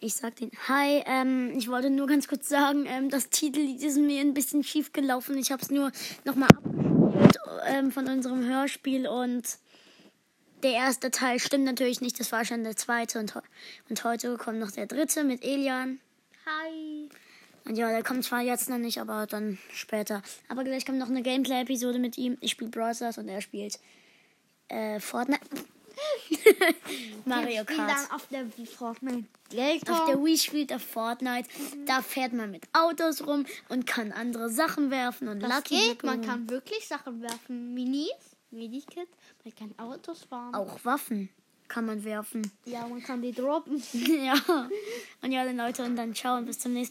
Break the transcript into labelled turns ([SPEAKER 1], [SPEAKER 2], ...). [SPEAKER 1] Ich sag den. Hi, ähm, ich wollte nur ganz kurz sagen, ähm, das Titellied ist mir ein bisschen schief gelaufen. Ich hab's nur nochmal abgeholt ähm, von unserem Hörspiel und der erste Teil stimmt natürlich nicht. Das war schon der zweite und, heu- und heute kommt noch der dritte mit Elian.
[SPEAKER 2] Hi.
[SPEAKER 1] Und ja, der kommt zwar jetzt noch nicht, aber dann später. Aber gleich kommt noch eine Gameplay-Episode mit ihm. Ich spiele Brawl Stars und er spielt äh, Fortnite. Mario
[SPEAKER 2] Wir spielen
[SPEAKER 1] Kart.
[SPEAKER 2] dann auf der Wii Fortnite Geld. Mhm.
[SPEAKER 1] Auf der Wii spielt er Fortnite. Da fährt man mit Autos rum und kann andere Sachen werfen und
[SPEAKER 2] das
[SPEAKER 1] Lucky
[SPEAKER 2] geht. Man
[SPEAKER 1] Luke
[SPEAKER 2] kann wirklich Sachen werfen. Minis, Medikit. Man kann Autos fahren.
[SPEAKER 1] auch Waffen kann man werfen.
[SPEAKER 2] Ja, man kann die droppen.
[SPEAKER 1] ja. Und ja, dann Leute und dann ciao und bis zum nächsten Mal.